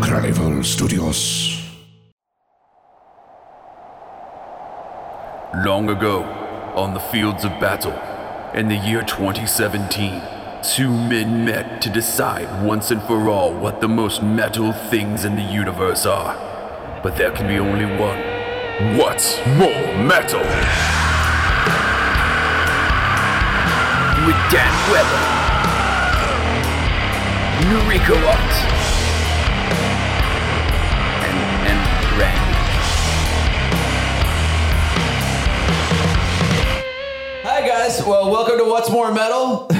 Clan Studios. Long ago, on the fields of battle, in the year 2017, two men met to decide once and for all what the most metal things in the universe are. But there can be only one. What's more metal? With Dan Weber, Noriko Ott, and, and Randy. Hi guys, well welcome to What's More Metal.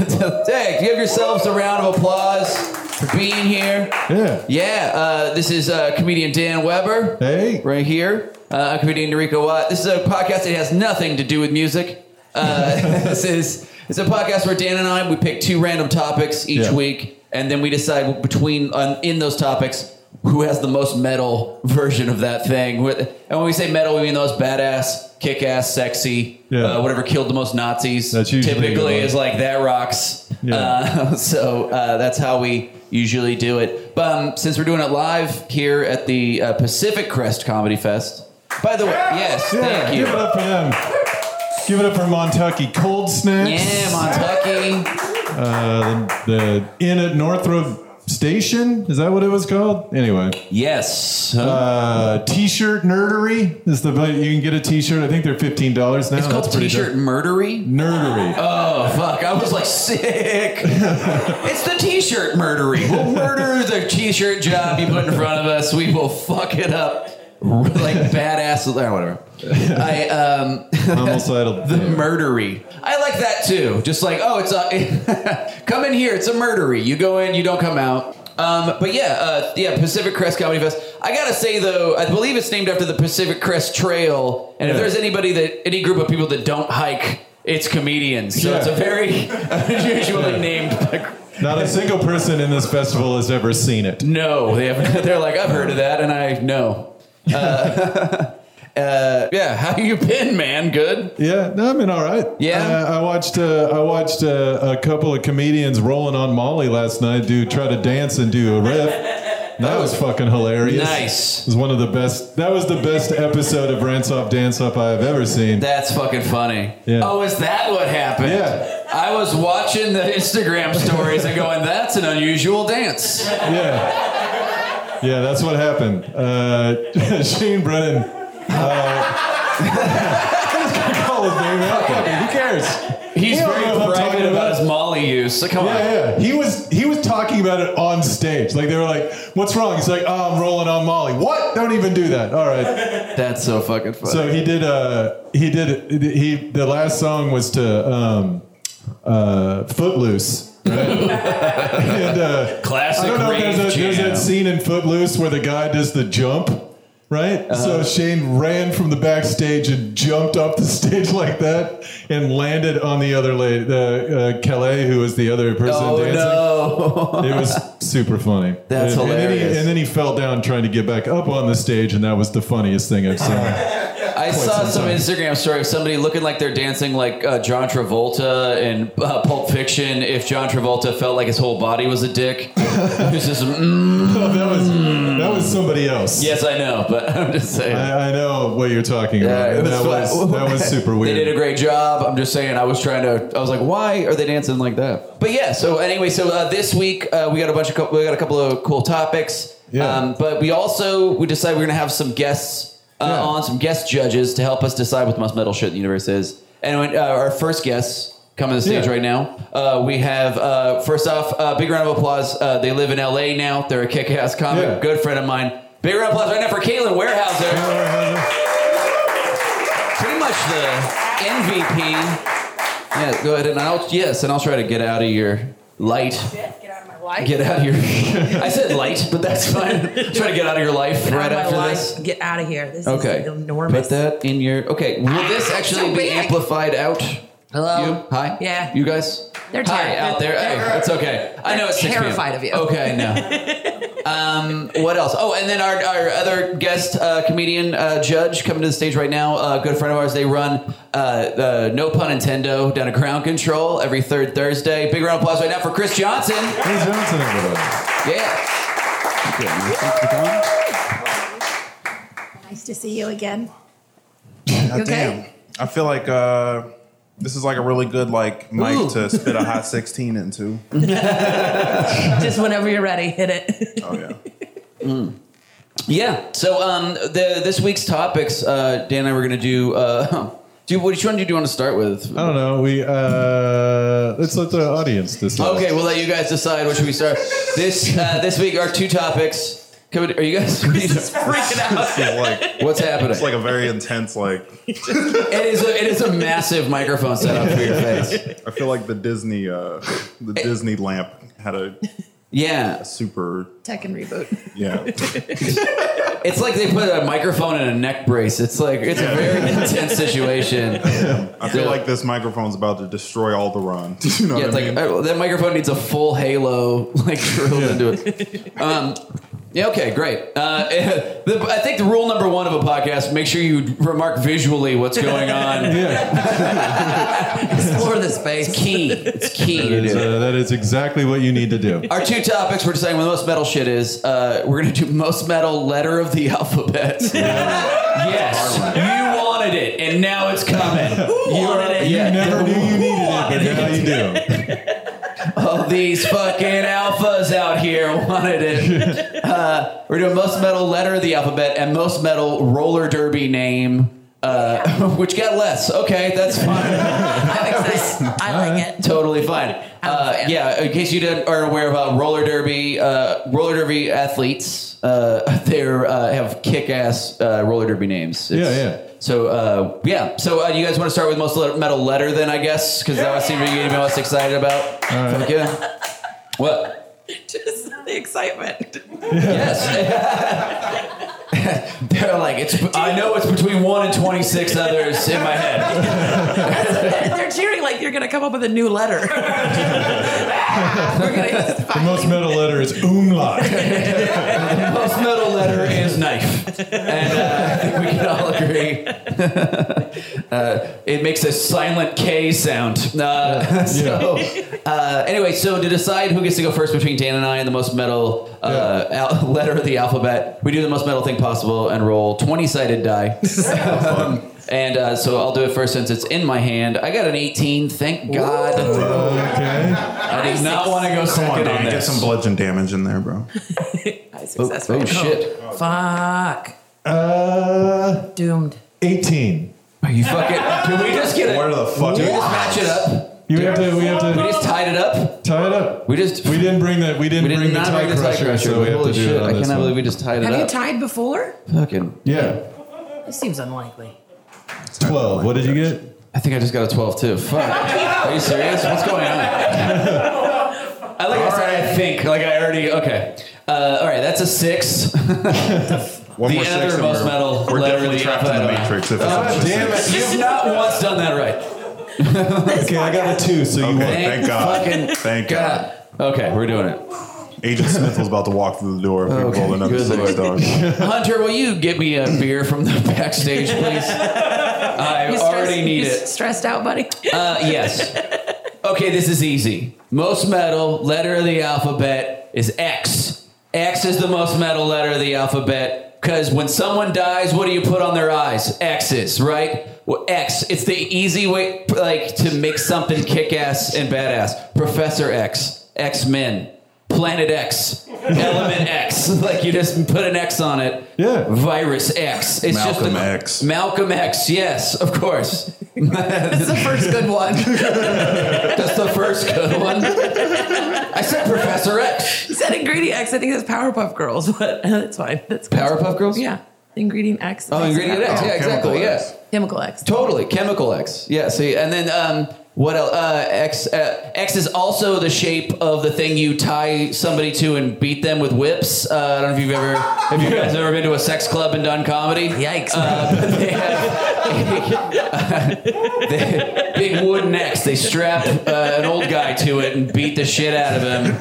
Hey, give yourselves a round of applause for being here. Yeah. Yeah, uh, this is uh, comedian Dan Weber. Hey. Right here. Uh, I'm comedian Noriko Watt. This is a podcast that has nothing to do with music. Uh, this is it's a podcast where Dan and I we pick two random topics each Yeah. week, and then we decide between on, in those topics who has the most metal version of that thing. Wh- And when we say metal, we mean those badass, kick-ass, sexy, Yeah. uh, whatever killed the most Nazis. That's usually a good typically one. is like that rocks. Yeah. Uh, so uh, that's how we usually do it. But um, since we're doing it live here at the uh, Pacific Crest Comedy Fest, by the way, yes, Yeah, thank you. Give it up for them. Give it up for Montucky Cold Snacks. Yeah, Montucky. uh, the, the inn at Northrop Station. Is that what it was called? Anyway, Yes. uh, T-shirt nerdery is the you can get a T-shirt. I think they're fifteen dollars now. it's called That's pretty T-shirt dope. murdery. nerdery. Oh fuck! I was like sick. it's the T-shirt murdery. We'll murder the T-shirt job you put in front of us. We will fuck it up like badass. Or whatever. I um. Homicidal. The murdery. I like that too. Just like, oh, it's a come in here. It's a murdery. You go in, you don't come out. Um, but yeah, uh, yeah, Pacific Crest Comedy Fest. I gotta say though, I believe it's named after the Pacific Crest Trail. And if Yeah. there's anybody that any group of people that don't hike, it's comedians. So Yeah. it's a very unusually Yeah. named. Not a single person in this festival has ever seen it. No, they have. They're like, I've heard of that, and I know. Uh, uh, yeah, how you been, man? Good. Yeah, no, I mean, all right. Yeah. Uh, I watched uh, I watched uh, a couple of comedians rolling on Molly last night. Do try to dance and do a riff. That was fucking hilarious. Nice. It was one of the best. That was the best episode of Rants Off Dance Off I have ever seen. That's fucking funny. Yeah. Oh, is that what happened? Yeah. I was watching the Instagram stories and going, that's an unusual dance. yeah. Yeah, that's what happened. Uh, Shane Brennan. Uh, I was gonna call his name out. Fuck it, Who cares? He's You don't very know what I'm private talking about, about. his Molly use. So come on. Yeah, yeah. He was he was talking about it on stage. Like they were like, "What's wrong?" He's like, "Oh, I'm rolling on Molly." What? Don't even do that. All right. That's so fucking funny. So he did. Uh, he did. He the last song was to um, uh, "Footloose." Right? and, uh, Classic I don't know. rave If there's, a, there's jam. that scene in "Footloose" where the guy does the jump. Right, so Shane ran from the backstage and jumped up the stage like that, and landed on the other lady, the uh, Calais, who was the other person oh, dancing. no. It was super funny. That's and, And then, hilarious. he, and then he fell down trying to get back up on the stage, and that was the funniest thing I've seen. I saw some some time. Instagram story of somebody looking like they're dancing like uh, John Travolta in uh, Pulp Fiction if John Travolta felt like his whole body was a dick. it's just, mm, Oh, that was that was somebody else. yes, I know, but I'm just saying. I, I know what you're talking about. Yeah, and that's that why- was that was super weird. They did a great job. I'm just saying. I was trying to. I was like, why are they dancing like that? But yeah. So anyway, so uh, this week uh, we got a bunch of co- we got a couple of cool topics. Um, Yeah. but we also we decided we're gonna have some guests uh, Yeah. on some guest judges to help us decide what the most metal shit in the universe is. And when, uh, our first guest coming to the stage Yeah. right now. Uh, we have uh, first off, uh, big round of applause. Uh, they live in L.A. now. They're a kick-ass comic. Yeah. Good friend of mine. Big round of applause right now for Caitlin Warehouser pretty much the MVP. Yeah, go ahead and I'll yes, and I'll try to get out of your light. Get out of my life. Get out of your. I said light, but that's fine. try to get out of your life Get right out of after my life. this. Get out of here. This Okay. is enormous. Ah, Put that in your. Okay. Will this actually So be big. amplified out? Hello. You? Hi. Oh, Yeah. You guys. They're Hi terrified. out there. Hey, They're- it's okay. I know they're it's 6 p.m. terrified of you. Okay. No. um, what else? Oh, and then our, our other guest uh, comedian uh, judge coming to the stage right now. uh, good friend of ours. They run uh, uh, No Pun Nintendo down at Crown Control every third Thursday. Big round of applause right now for Chris Johnson. Hey Johnson, everybody. Yeah. Nice to see you again. God You okay? damn. I feel like uh, this is like a really good like mic Ooh. to spit a hot 16 into. Just whenever you're ready, hit it. Oh yeah. Yeah. So um, the this week's topics, uh, Dan and I were gonna do. Uh, do you, which one do you want to start with? I don't know. We uh, let's let the audience decide. Okay, we'll let you guys decide which we start. This uh, this week are two topics. Could- Are you guys? Freaking out. It's like What's happening? it's like a very intense like it is a, it is a massive microphone setup for your face. I feel like the Disney uh, the Disney lamp had a Yeah, super Tech and reboot. yeah. it's like they put a microphone in a neck brace. It's like it's a very intense situation. I feel Yeah. like this microphone's about to destroy Alderaan. you know Yeah, what it's I like mean? uh, that microphone needs a full halo like drilled into it. Um, yeah, okay, great. Uh, the, I think the rule number one of a podcast: make sure you remark visually what's going on. Yeah, Explore the space. It's key. It's key. that to is, do. uh, that is exactly what you need to do. Our two topics we're deciding what the most metal shit is. Uh, we're gonna do most metal letter of the alphabet. yes, you wanted it, and now it's coming. Who wanted it? You never knew you needed it, but now wanted you do. All these fucking alphas out here wanted it. Uh, we're doing most metal letter of the alphabet and most metal roller derby name, uh, which got less. Okay, that's fine. I'm excited. I like it. totally fine. Uh, yeah, in case you didn't, are aware about roller derby, uh, roller derby athletes, uh, they uh, have kick-ass uh, roller derby names. It's- Yeah, yeah. So uh, yeah, so uh, you guys want to start with most le- metal letter then, I guess, because that was seemed to be the most excited about. Fuck yeah. What? Just the excitement. Yes. They're like, it's. I know it's between one and twenty six others in my head. They're cheering like you're going to come up with a new letter. We're gonna just The most finally- metal letter is umlaut. The most metal letter is knife, and uh, I think we can all agree. uh, it makes a silent K sound. Uh, so, uh, anyway, so to decide who gets to go first between Dan and I, and the most metal uh, al- letter of the alphabet, we do the most metal thing possible and roll twenty sided die. Um, And uh, so I'll do it first since it's in my hand. I got an 18. Thank God. Okay. I did not want to go Come on, second on Dan, get this. some bludgeon damage in there, bro. I Oh, successful. oh shit! Fuck. Uh, Doomed. 18. Are you fucking? Can we just get it? Where the fuck? Do we just match it up? You have to. We have We to just tied it up. tie it up. We just We didn't bring the. We didn't we did bring the not tie bring the tie crusher, crusher. so we have Holy to do shit! it on I this cannot one. believe we just tied it Have you up. tied before? Fucking. Yeah. This seems unlikely. Twelve. What did you get? I think I just got a twelve too. Fuck. Are you serious? What's going on? I like. I said, I think. Like I already. Okay. Uh, all right. That's a six. One The more other six and most we're, metal We're letter definitely of Oh, the trapped in the alphabet. matrix. If it's Ah, just damn six. it. You've not once done that right. Okay, I got a two, so you Okay. won. Thank God. Fucking Thank God. God. Okay, we're doing it. Agent Smith was about to walk through the door if we Oh, Okay, roll another good six, lord. dog. Hunter, will you get me a beer from the backstage, please? I already need you it. Stressed out, buddy. Uh, yes. Okay, this is easy. Most metal letter of the alphabet is X. X is the most metal letter of the alphabet because when someone dies, what do you put on their eyes? X's, right? Well, X. It's the easy way, like, to make something kick-ass and badass. Professor X, X-Men, Planet X, Element X. Like you just put an X on it. Yeah. Virus X. It's just Malcolm a- X. Malcolm X. Yes, of course. This is the first good one. That's the first good one. I said Professor X. You said Ingredient X. I think that's Powerpuff Girls, but uh, that's fine. That's Powerpuff Girls? Yeah. Ingredient X. Oh, Ingredient X. Yeah, Chemical exactly. X. Yeah. Chemical X. Totally. Chemical X. Yeah, see. And then um, what else? Uh, X, uh, X is also the shape of the thing you tie somebody to and beat them with whips. Uh, I don't know if you've ever, if you guys have ever been to a sex club and done comedy. Yikes. Uh, but they have they- big wooden X. They strap uh, an old guy to it and beat the shit out of him.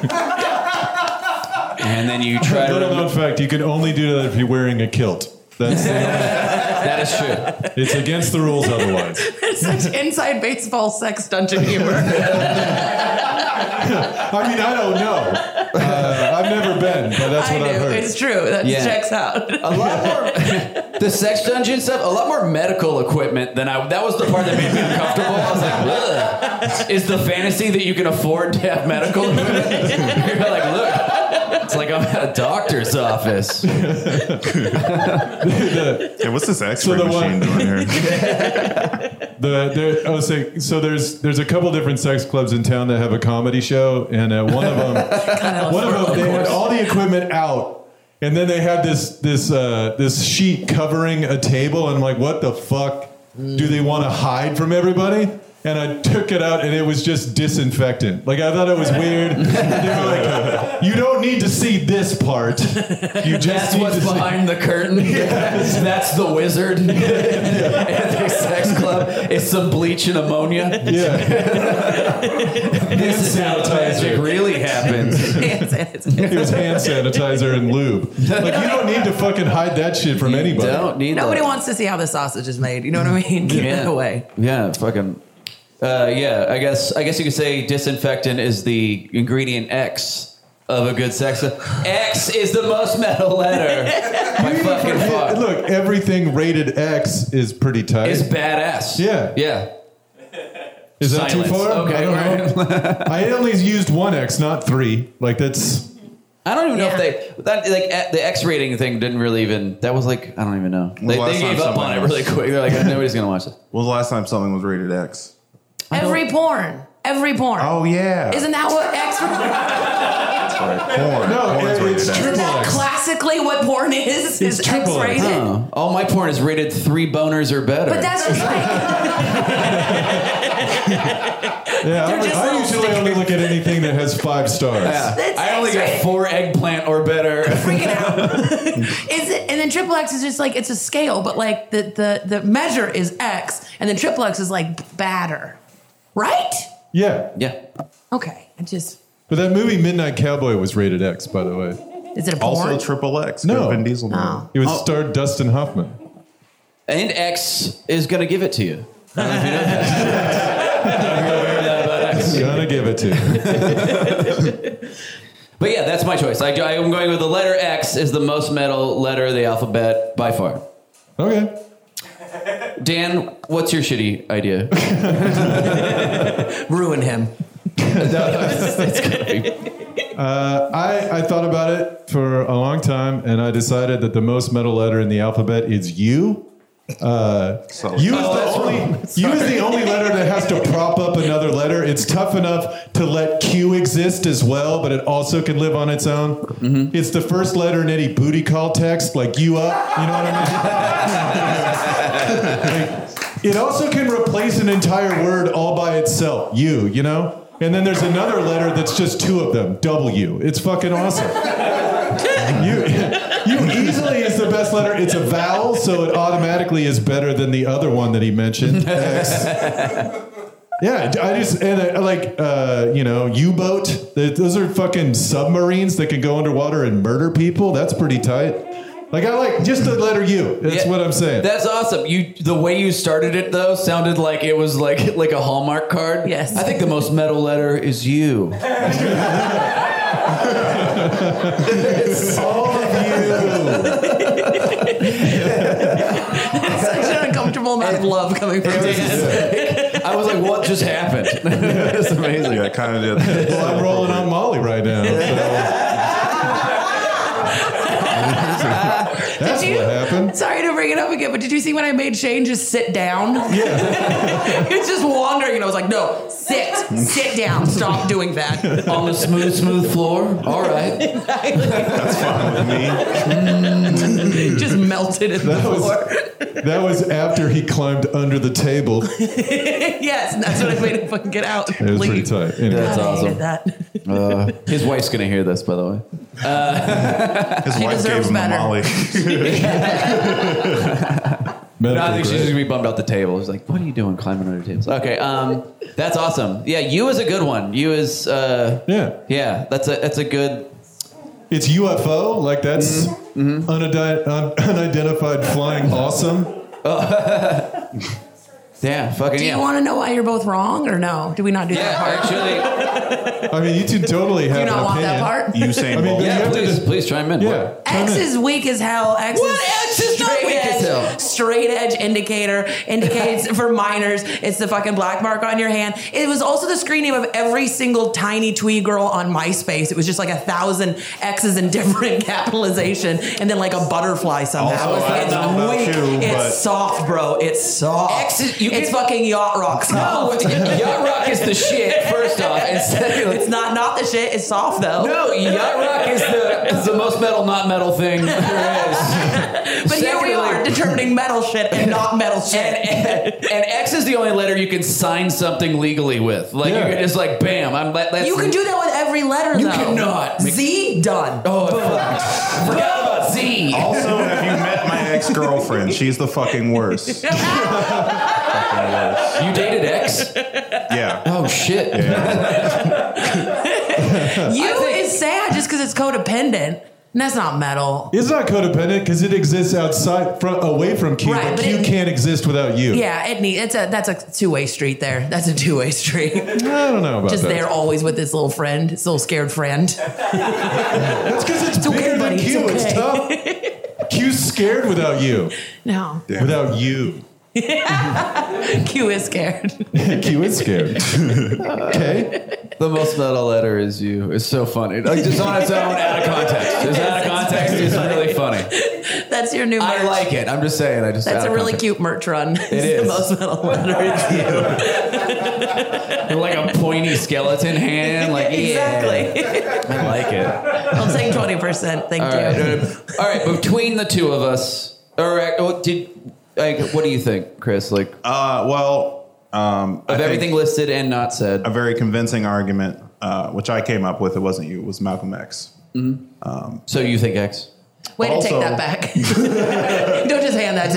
And then you try to. Little known fact: you can only do that if you're wearing a kilt. That's the That is true. only, it's against the rules otherwise. Such inside baseball sex dungeon humor. I mean, I don't know. Uh, I've never been, but that's I what do. I've heard. It's true. That Yeah. checks out. A lot more the sex dungeon stuff. A lot more medical equipment than I. That was the part that made me uncomfortable. I was like, Ugh. is the fantasy that you can afford to have medical equipment? You're like, look, it's like I'm at a doctor's office. Hey, what's this X-ray the machine one- doing here? The there, I was saying, so there's there's a couple different sex clubs in town that have a comedy show, and uh, one of them, one of them, they had all the equipment out, and then they had this this uh, this sheet covering a table, and I'm like, what the fuck? Do they want to hide from everybody? And I took it out, and it was just disinfectant. Like I thought it was weird. they were like, you don't need to see this part. You just That's need what's to see- behind the curtain. That's the wizard. and the sex club is some bleach and ammonia. Yeah, This is how the magic really happens. It's- it's- it's- it was hand sanitizer and lube. Like you don't need to fucking hide that shit from anybody. Don't need Nobody that. wants to see how the sausage is made. You know what I mean? Keep yeah. that away. Yeah, fucking. Uh, yeah, I guess I guess you could say disinfectant is the ingredient X of a good sex. X is the most metal letter. My fucking Yeah, fuck. Look, everything rated X is pretty tight. It's Is, badass. Yeah. Yeah. that too silence. far? Okay, I don't know. I only used one X, not three. Like that's I don't even know Yeah. if they that like eh, the X rating thing didn't really even that was like I don't even know. They, last they time gave up someone on it was- really quick. They're like "Oh, nobody's gonna watch it. When was the last time something was rated X? Every porn. Every porn. Oh yeah, Isn't that what X? That's right. Porn. No, Porn's it- rated it's X. true. Isn't that X. classically what porn It's is? Is X triple X. rated? Oh, all my porn is rated three boners or better. But that's just like yeah. I, They're just I little usually only look at anything that has five stars. Yeah. that's I only got X-rated. four eggplant or better. freaking out. is it? And then triple X is just like it's a scale, but like the the the measure is X, and then triple X is like badder, right? Yeah. yeah. Okay, I just But that movie Midnight Cowboy was rated X, by the way. is it a porn? Also triple X. No. Oh. good Vin Diesel. movie. It Oh. was starred Dustin Hoffman. And X is gonna give it to you. I don't know if you know that. You're aware of that about X. Gonna give it to you. But yeah, that's my choice. I, I am going with the letter X is the most metal letter of the alphabet by far. Okay. Dan, what's your shitty idea? Ruin him. Uh, I, I thought about it for a long time, and I decided that the most metal letter in the alphabet is U. Uh, U is the only U is the only letter that has to prop up another letter. It's tough enough to let Q exist as well, but it also can live on its own. It's the first letter in any booty call text, like you up. You know what I mean? Like, it also can replace an entire word all by itself. You, you know. And then there's another letter that's just two of them. W. It's fucking awesome. You, you easily is the best letter. It's a vowel, so it automatically is better than the other one that he mentioned. X. Yeah, I just and I, like uh, you know U boat. Those are fucking submarines that can go underwater and murder people. That's pretty tight. Like I like just the letter U. That's Yeah. what I'm saying. That's awesome. You the way you started it though sounded like it was like like a Hallmark card. Yes. I think the most metal letter is you. All of you. Such an uncomfortable amount of love coming from Dan. I was like, what just happened? That's amazing. Yeah, kind of did. Well, I'm rolling on Molly right now. So. That's Did you- what happened. Sorry to bring it up again, but did you see when I made Shane just sit down? He was just wandering, and I was like, no, sit, sit down, stop doing that. On the smooth, smooth floor. All right. Me? Just melted in the That was- floor. That was after he climbed under the table. It yes, and that's what I made him fucking get out. and was pretty leave. tight. Anyway. That's God, I awesome. hated that. Uh, his wife's gonna hear this, by the way. His wife gave deserves him better. a Molly. No, Medical I think she's grade. just gonna be bummed out the table. She's like, "What are you doing, climbing under tables?" Okay, um, that's awesome. Yeah, you is a good one. You is, uh, yeah. yeah, that's a that's a good. It's UFO. Like that's Mm-hmm. unidi- un- unidentified flying awesome. Yeah, fucking Do yeah. you want to know why you're both wrong or no? Do we not do yeah, that part? actually. I mean, you two totally have Do you an not want opinion. that part? Usain I mean, Bolt. but you Yeah, have to please, just, please chime in. yeah. chime X in. is weak as hell. X What? is X is not straight weak as hell. Straight edge indicator indicates for minors. It's the fucking black mark on your hand. It was also the screen name of every single tiny twee girl on MySpace. It was just like a thousand X's in different capitalization, and then like a butterfly somehow. Also, I it's don't know about weak. you, but- it's soft, bro. It's soft. X is- you it's can- fucking yacht rock No, soft. Oh, Yacht Rock is the shit. First off, and secondly, it's not not the shit. It's soft though. No, yacht rock is the is the most metal, not metal thing there is. But here we are determining metal shit and not metal shit. And, and, and X is the only letter you can sign something legally with. Like Yeah. you can just like bam. I'm let, that's You can do that with every letter, You though. cannot. Z done. Oh, I fucking- forgot about Z. Also, have you met my ex girlfriend? She's the fucking worst. fucking worst. You dated X? Yeah. Oh shit. You is sad just because it's codependent, and that's not metal. It's not codependent because it exists outside, from, away from Q. Right, but but Q it- can't exist without you. Yeah, it need, it's a that's a two way street there. That's a two way street. I don't know about Just that. there always with this little friend, this little scared friend. That's because it's, okay, bigger than buddy, Q. It's, it's tough. Q's scared without you. No, Yeah. Without you. Q is scared. Q is scared. okay. The most metal letter is you. It's so funny. Like just on its own, out of context. Just out of context is really funny. That's your new. Merch. I like it. I'm just saying. I just That's out a of really context. cute merch run. It it's is. the most metal letter. And like a pointy skeleton hand. Like exactly. yeah, I like it. I'll take twenty percent. Thank All you. right, uh, all right. Between the two of us, all right. What did like? What do you think, Chris? Like of Uh, well, um, I think everything listed and not said. a very convincing argument, uh, which I came up with. It wasn't you. It was Malcolm X. So you think X? Way to Also- take that back. Don't just hand that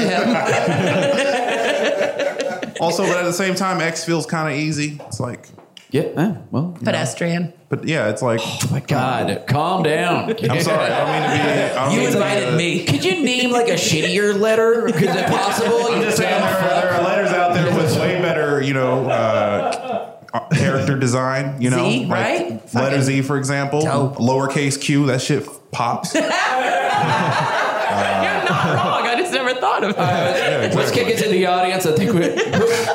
to him. Also, but at the same time, X feels kind of easy. It's like, Yeah. ah, well. Pedestrian. but yeah, it's like. Oh my God! Calm down. I'm sorry. I don't mean to be. I don't mean to be, uh, Could you name like a shittier letter? Is it possible? I'm just saying there are, there are letters out there with way better, you know, uh, character design. You know, Z, like right? Letter Fucking Z, for example, dope. lowercase Q. That shit pops. yeah, You're not wrong. I just never thought of it. Let's exactly. kick it to the audience. I think we're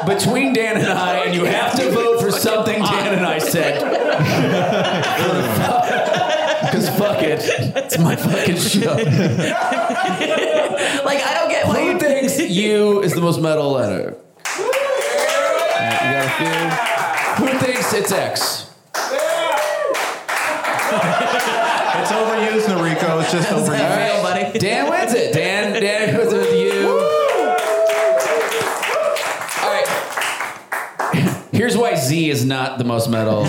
between Dan and I, and you have to vote for something Dan and I said. Because fuck it, it's my fucking show. like I don't get why Who you thinks you is the most metal letter? Alright, we got a few. Who thinks it's X? It's overused, Noriko. It's just That's overused. it. Fail, Alright, buddy. Dan wins it. Dan, Dan goes with you. All right. Here's why Z is not the most metal.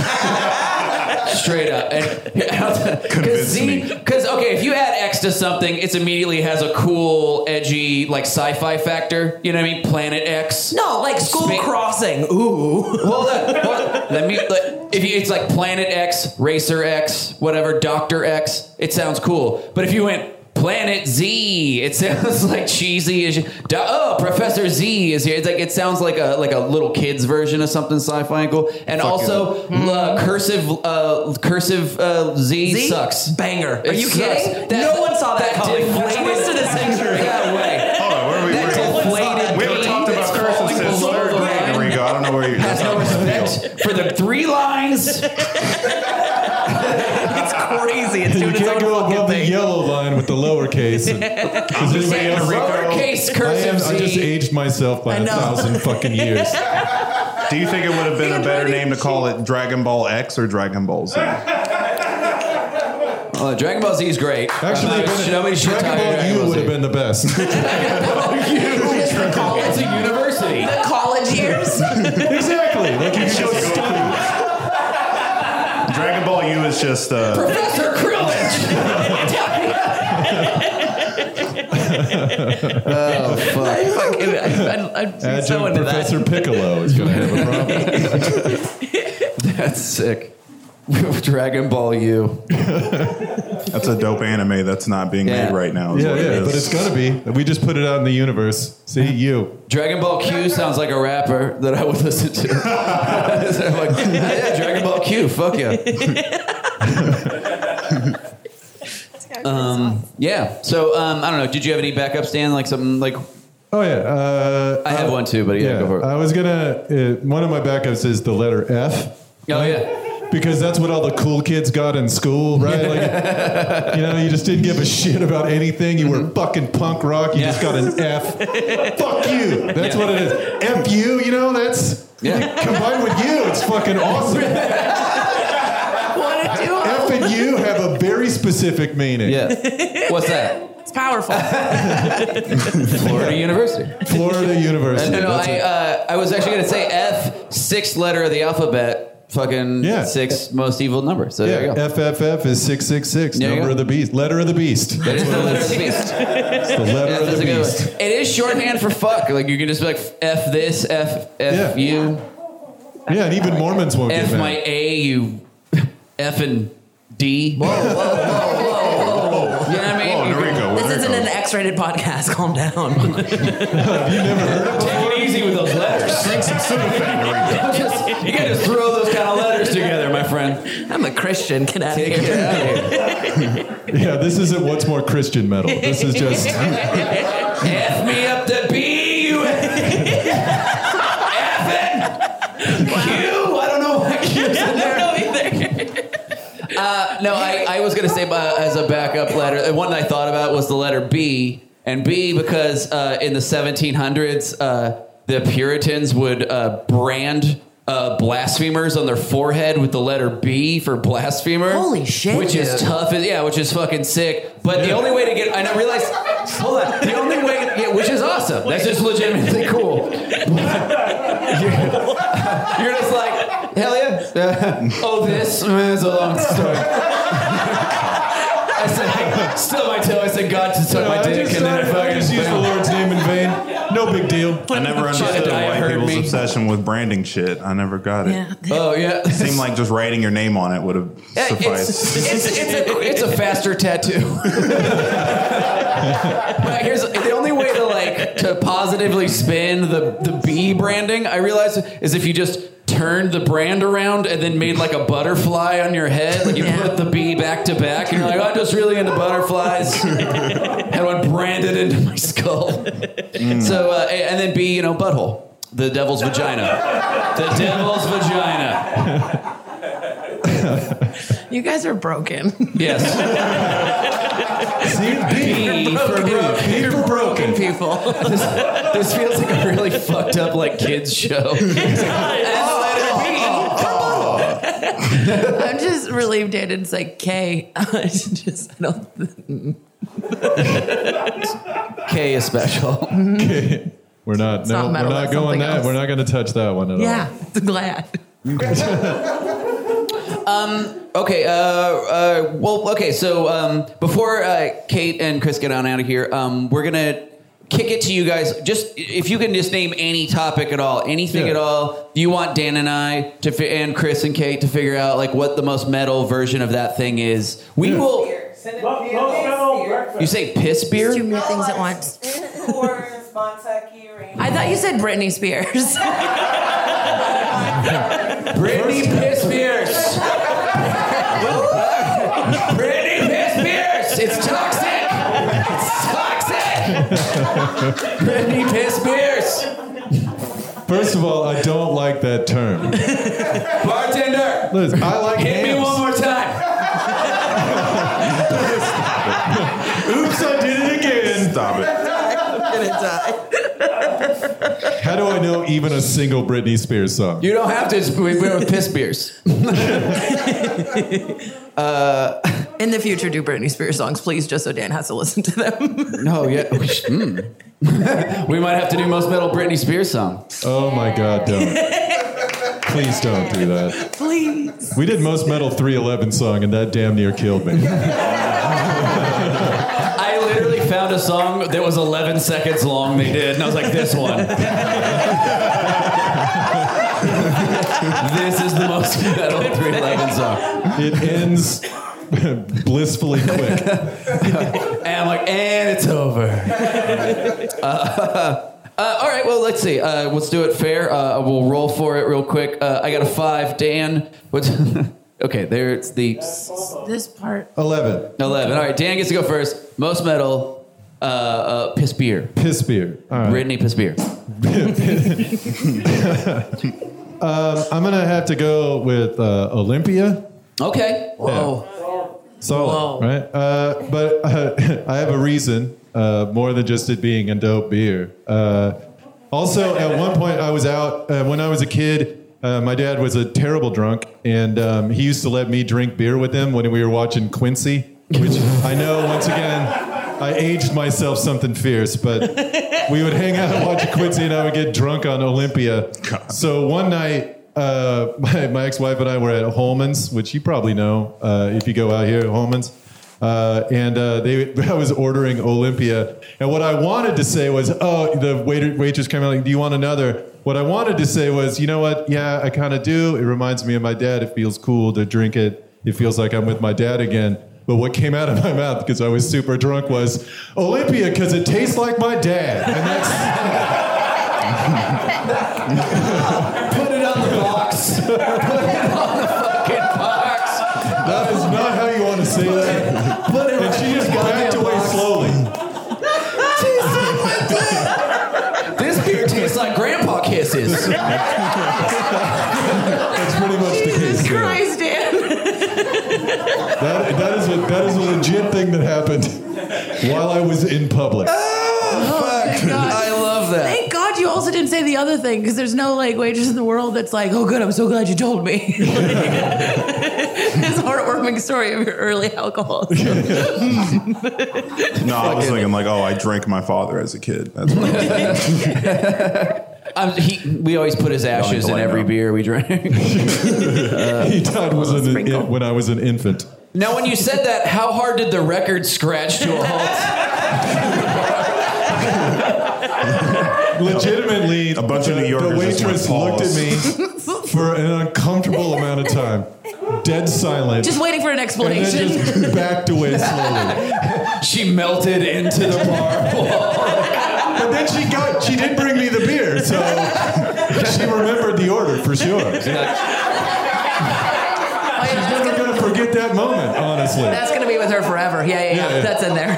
Straight up, and because Convince Z, me. because okay, if you add X to something, it's immediately has a cool, edgy, like sci-fi factor. You know what I mean? Planet X. No, like school Spa- crossing. Ooh. Hold on. hold on. Let me. Like, if you, it's like Planet X, Racer X, whatever, Doctor X, it sounds cool. But if you went Planet Z, it sounds like cheesy. As Do- oh, Professor Z is here. It's like it sounds like a like a little kids version of something sci-fi and cool. And also, uh, cursive uh, cursive uh, Z, Z? sucks. Banger. Are It you sucks. kidding? That- no one saw that, that coming. deflated- Twist to this injury. That way. Hold on, where are we? That we're- deflated we haven't beam talked that's about curses falling since below third the line. grade, Noriko. I don't know where you're. has That's no how I feel. respect for the three lines. It's crazy. It's You doing its can't own go fucking above the thing. yellow line with the lowercase. Is anybody saying else? Noriko- Lowercase I, am, cursive I just Z. aged myself by I a know. thousand fucking years. Do you think it would have been a better name to call it Dragon Ball X or Dragon Ball Z? Uh, Dragon Ball Z is great. Uh, Actually, I'm it not- would've- nobody should Dragon talk about Ball U Ball would Z. have been the best. The college, It's a university. the college years. exactly. Like you could go study. Dragon Ball U is just uh, Professor Krillage. Fucking- I- I- I'm so Adjunct into Professor Piccolo is going to have a problem. That's sick. Dragon Ball U. That's a dope anime that's not being Yeah. made right now. is Yeah, what it yeah, is. but it's gonna be. We just put it out in the universe. See you. Dragon Ball Q sounds like a rapper that I would listen to. So I'm like, yeah, Dragon Ball Q, fuck yeah. um, yeah. So um, I don't know. Did you have any backup stand? Like something like Oh yeah. Uh, I have one too, but yeah, go for it. I was gonna. Uh, one of my backups is the letter F. Oh, right? yeah. Because that's what all the cool kids got in school, right? Like, you know, you just didn't give a shit about anything. You were fucking punk rock. You Mm-hmm. Yeah. just got an F. Fuck you. That's what it is. F you. You know, that's Yeah. combined with you. It's fucking awesome. What a duo. F and you have a very specific meaning. yeah. What's that? It's powerful. Oh, Florida University. Florida University. No, no, that's I, it. uh, I was actually going to say F, sixth letter of the alphabet, fucking Yeah. six most evil number. So there you go. yeah, FFF is 666, There you number go. of the beast, letter of the beast. That That's is what the it letter is. of the beast. It's the F letter of is a the good beast. one. It is shorthand for fuck. Like you can just be like F this, F F Yeah. you, Yeah, and even Mormons won't F get mad. my A, you F and D. Whoa, whoa, whoa, oh, whoa, whoa. You know what I mean? Whoa, You can- Noriko. this isn't an X-rated podcast. Calm down. Take it easy with those letters. Drink some Sudafed, Noriko. Just- you gotta just throw those kind of letters together, my friend. I'm a Christian. Get out of Take here. it out of here. Yeah, this isn't what's more Christian metal. This is just F me up to B, you F and Q. I don't know why Q's in there. No, I, I was gonna say uh, as a backup letter, uh, one I thought about was the letter B, and B because uh, in the 1700s, uh, the Puritans would uh, brand. Uh, blasphemers on their forehead with the letter B for blasphemer. Holy shit, Which is dude. tough. as- Yeah, which is fucking sick. But the Yeah. only way to get, and I realize, hold on, the only way, yeah, which is awesome. That's just legitimately cool. You're just like, hell yeah. Uh, oh, this uh, is a long story. I said, still my toe. I said, God just took my I dick, just, and then I I just fucking. used the bam. Lord's name in vain. No big deal. I never understood Should've died, white heard people's me. obsession with branding shit. I never got it. Yeah. Oh yeah. It seemed like just writing your name on it would have Yeah, sufficed. it's, it's, it's, a, it's a faster tattoo. but here's the only way to like to positively spin the the B branding. I realize is if you just turned the brand around and then made like a butterfly on your head. Like you Yeah. put the B back to back, and you're like, "Oh, I'm just really into butterflies. and would brand it into my skull. So uh, and then B, you know, butthole, the devil's vagina, the devil's vagina. You guys are broken. Yes. See, B for broken. Peter broken. People. This, this feels like a really fucked up like kids show. Oh. I'm just relieved I didn't say K. I just I don't. K is special. Okay. We're not. no, not metal, we're not that's going something that. else. We're not going to touch that one at Yeah, I'm glad. Okay. Uh, uh, well. Okay. So um, before uh, Kate and Chris get on out of here, um, we're gonna kick it to you guys. Just if you can just name any topic at all, anything Yeah. at all you want Dan and I to fi- and Chris and Kate to figure out like what the most metal version of that thing is. We Yeah. will. Most metal breakfast. You say piss beer? Too many things at once. Corners, Montucky, Rain. I thought you said Britney Spears. Brittany Piss Pierce. Brittany Piss Pierce. It's toxic. It's toxic. Brittany Piss Pierce. all. First of all, I don't like that term. Bartender, Listen, I like hit me hams. one more time. Oops, I did it again. Stop it. How do I know even a single Britney Spears song? You don't have to. It's- We went with Piss Pierce. In the future, do Britney Spears songs, please, just so Dan has to listen to them. No, yeah. We, should- mm. we might have to do most metal Britney Spears song. Oh my God, don't. Please don't do that. please. We did Most Metal 311 song, and that damn near killed me. I literally found a song that was 11 seconds long. They did, and I was like, this one. this is the most metal 311 song. It ends blissfully quick. And I'm like, and it's over. Uh, uh, all right, well, let's see. Uh, let's do it fair. Uh, we'll roll for it real quick. Uh, I got a five. Dan, what's. okay, there it's the This part. 11. 11. All right, Dan gets to go first. Most metal, uh, uh, piss beer. Piss beer. All right. Brittany piss beer. I'm going to have to go with uh, Olympia. Okay. Whoa. Solid, Whoa. right? Uh, but uh, I have a reason uh, more than just it being a dope beer. Uh, also, at one point, I was out uh, when I was a kid. Uh, my dad was a terrible drunk, and um, he used to let me drink beer with him when we were watching Quincy, which I know once again. I aged myself something fierce, but we would hang out and watch Quincy, and I would get drunk on Olympia. So one night, uh, my, my ex-wife and I were at Holman's, which you probably know uh, if you go out here, Holman's. Uh, and uh, they, I was ordering Olympia, and what I wanted to say was, "Oh, the waiter, waitress came out like, do you want another?" What I wanted to say was, "You know what? Yeah, I kind of do. It reminds me of my dad. It feels cool to drink it. It feels like I'm with my dad again." But what came out of my mouth because I was super drunk was Olympia because it tastes like my dad, and that's. Put it on the box. Put it on the fucking box. That is not how you want to say that. and she just backed away slowly. This beer tastes like grandpa kisses. That's pretty much the Jesus case. there. Christ, Dan. That, that, is a, that is a legit thing that happened while I was in public. Uh, I love that. Oh, Thank God you also didn't say the other thing because there's no like waitress in the world that's like, oh, good, I'm so glad you told me. this heartwarming story of your early alcohol. No, I was thinking like, oh, I drank my father as a kid. That's what I was thinking. Um, he, we always put his ashes in light every up. beer we drink. he died was an, sprinkle. when I was an infant. now, when you said that, how hard did the record scratch to a halt? Legitimately, A bunch of the- New The Yorkers just waitress looked went at me for an uncomfortable amount of time, dead silent, Just waiting for an and explanation. then just backed away slowly. She melted into the bar wall. But then she got, she did bring me the beer, so she remembered the order for sure. Oh, yeah, that's I'm never gonna- gonna forget that moment, honestly. That's gonna be with her forever. Yeah, yeah, yeah. Yeah, yeah. That's in there.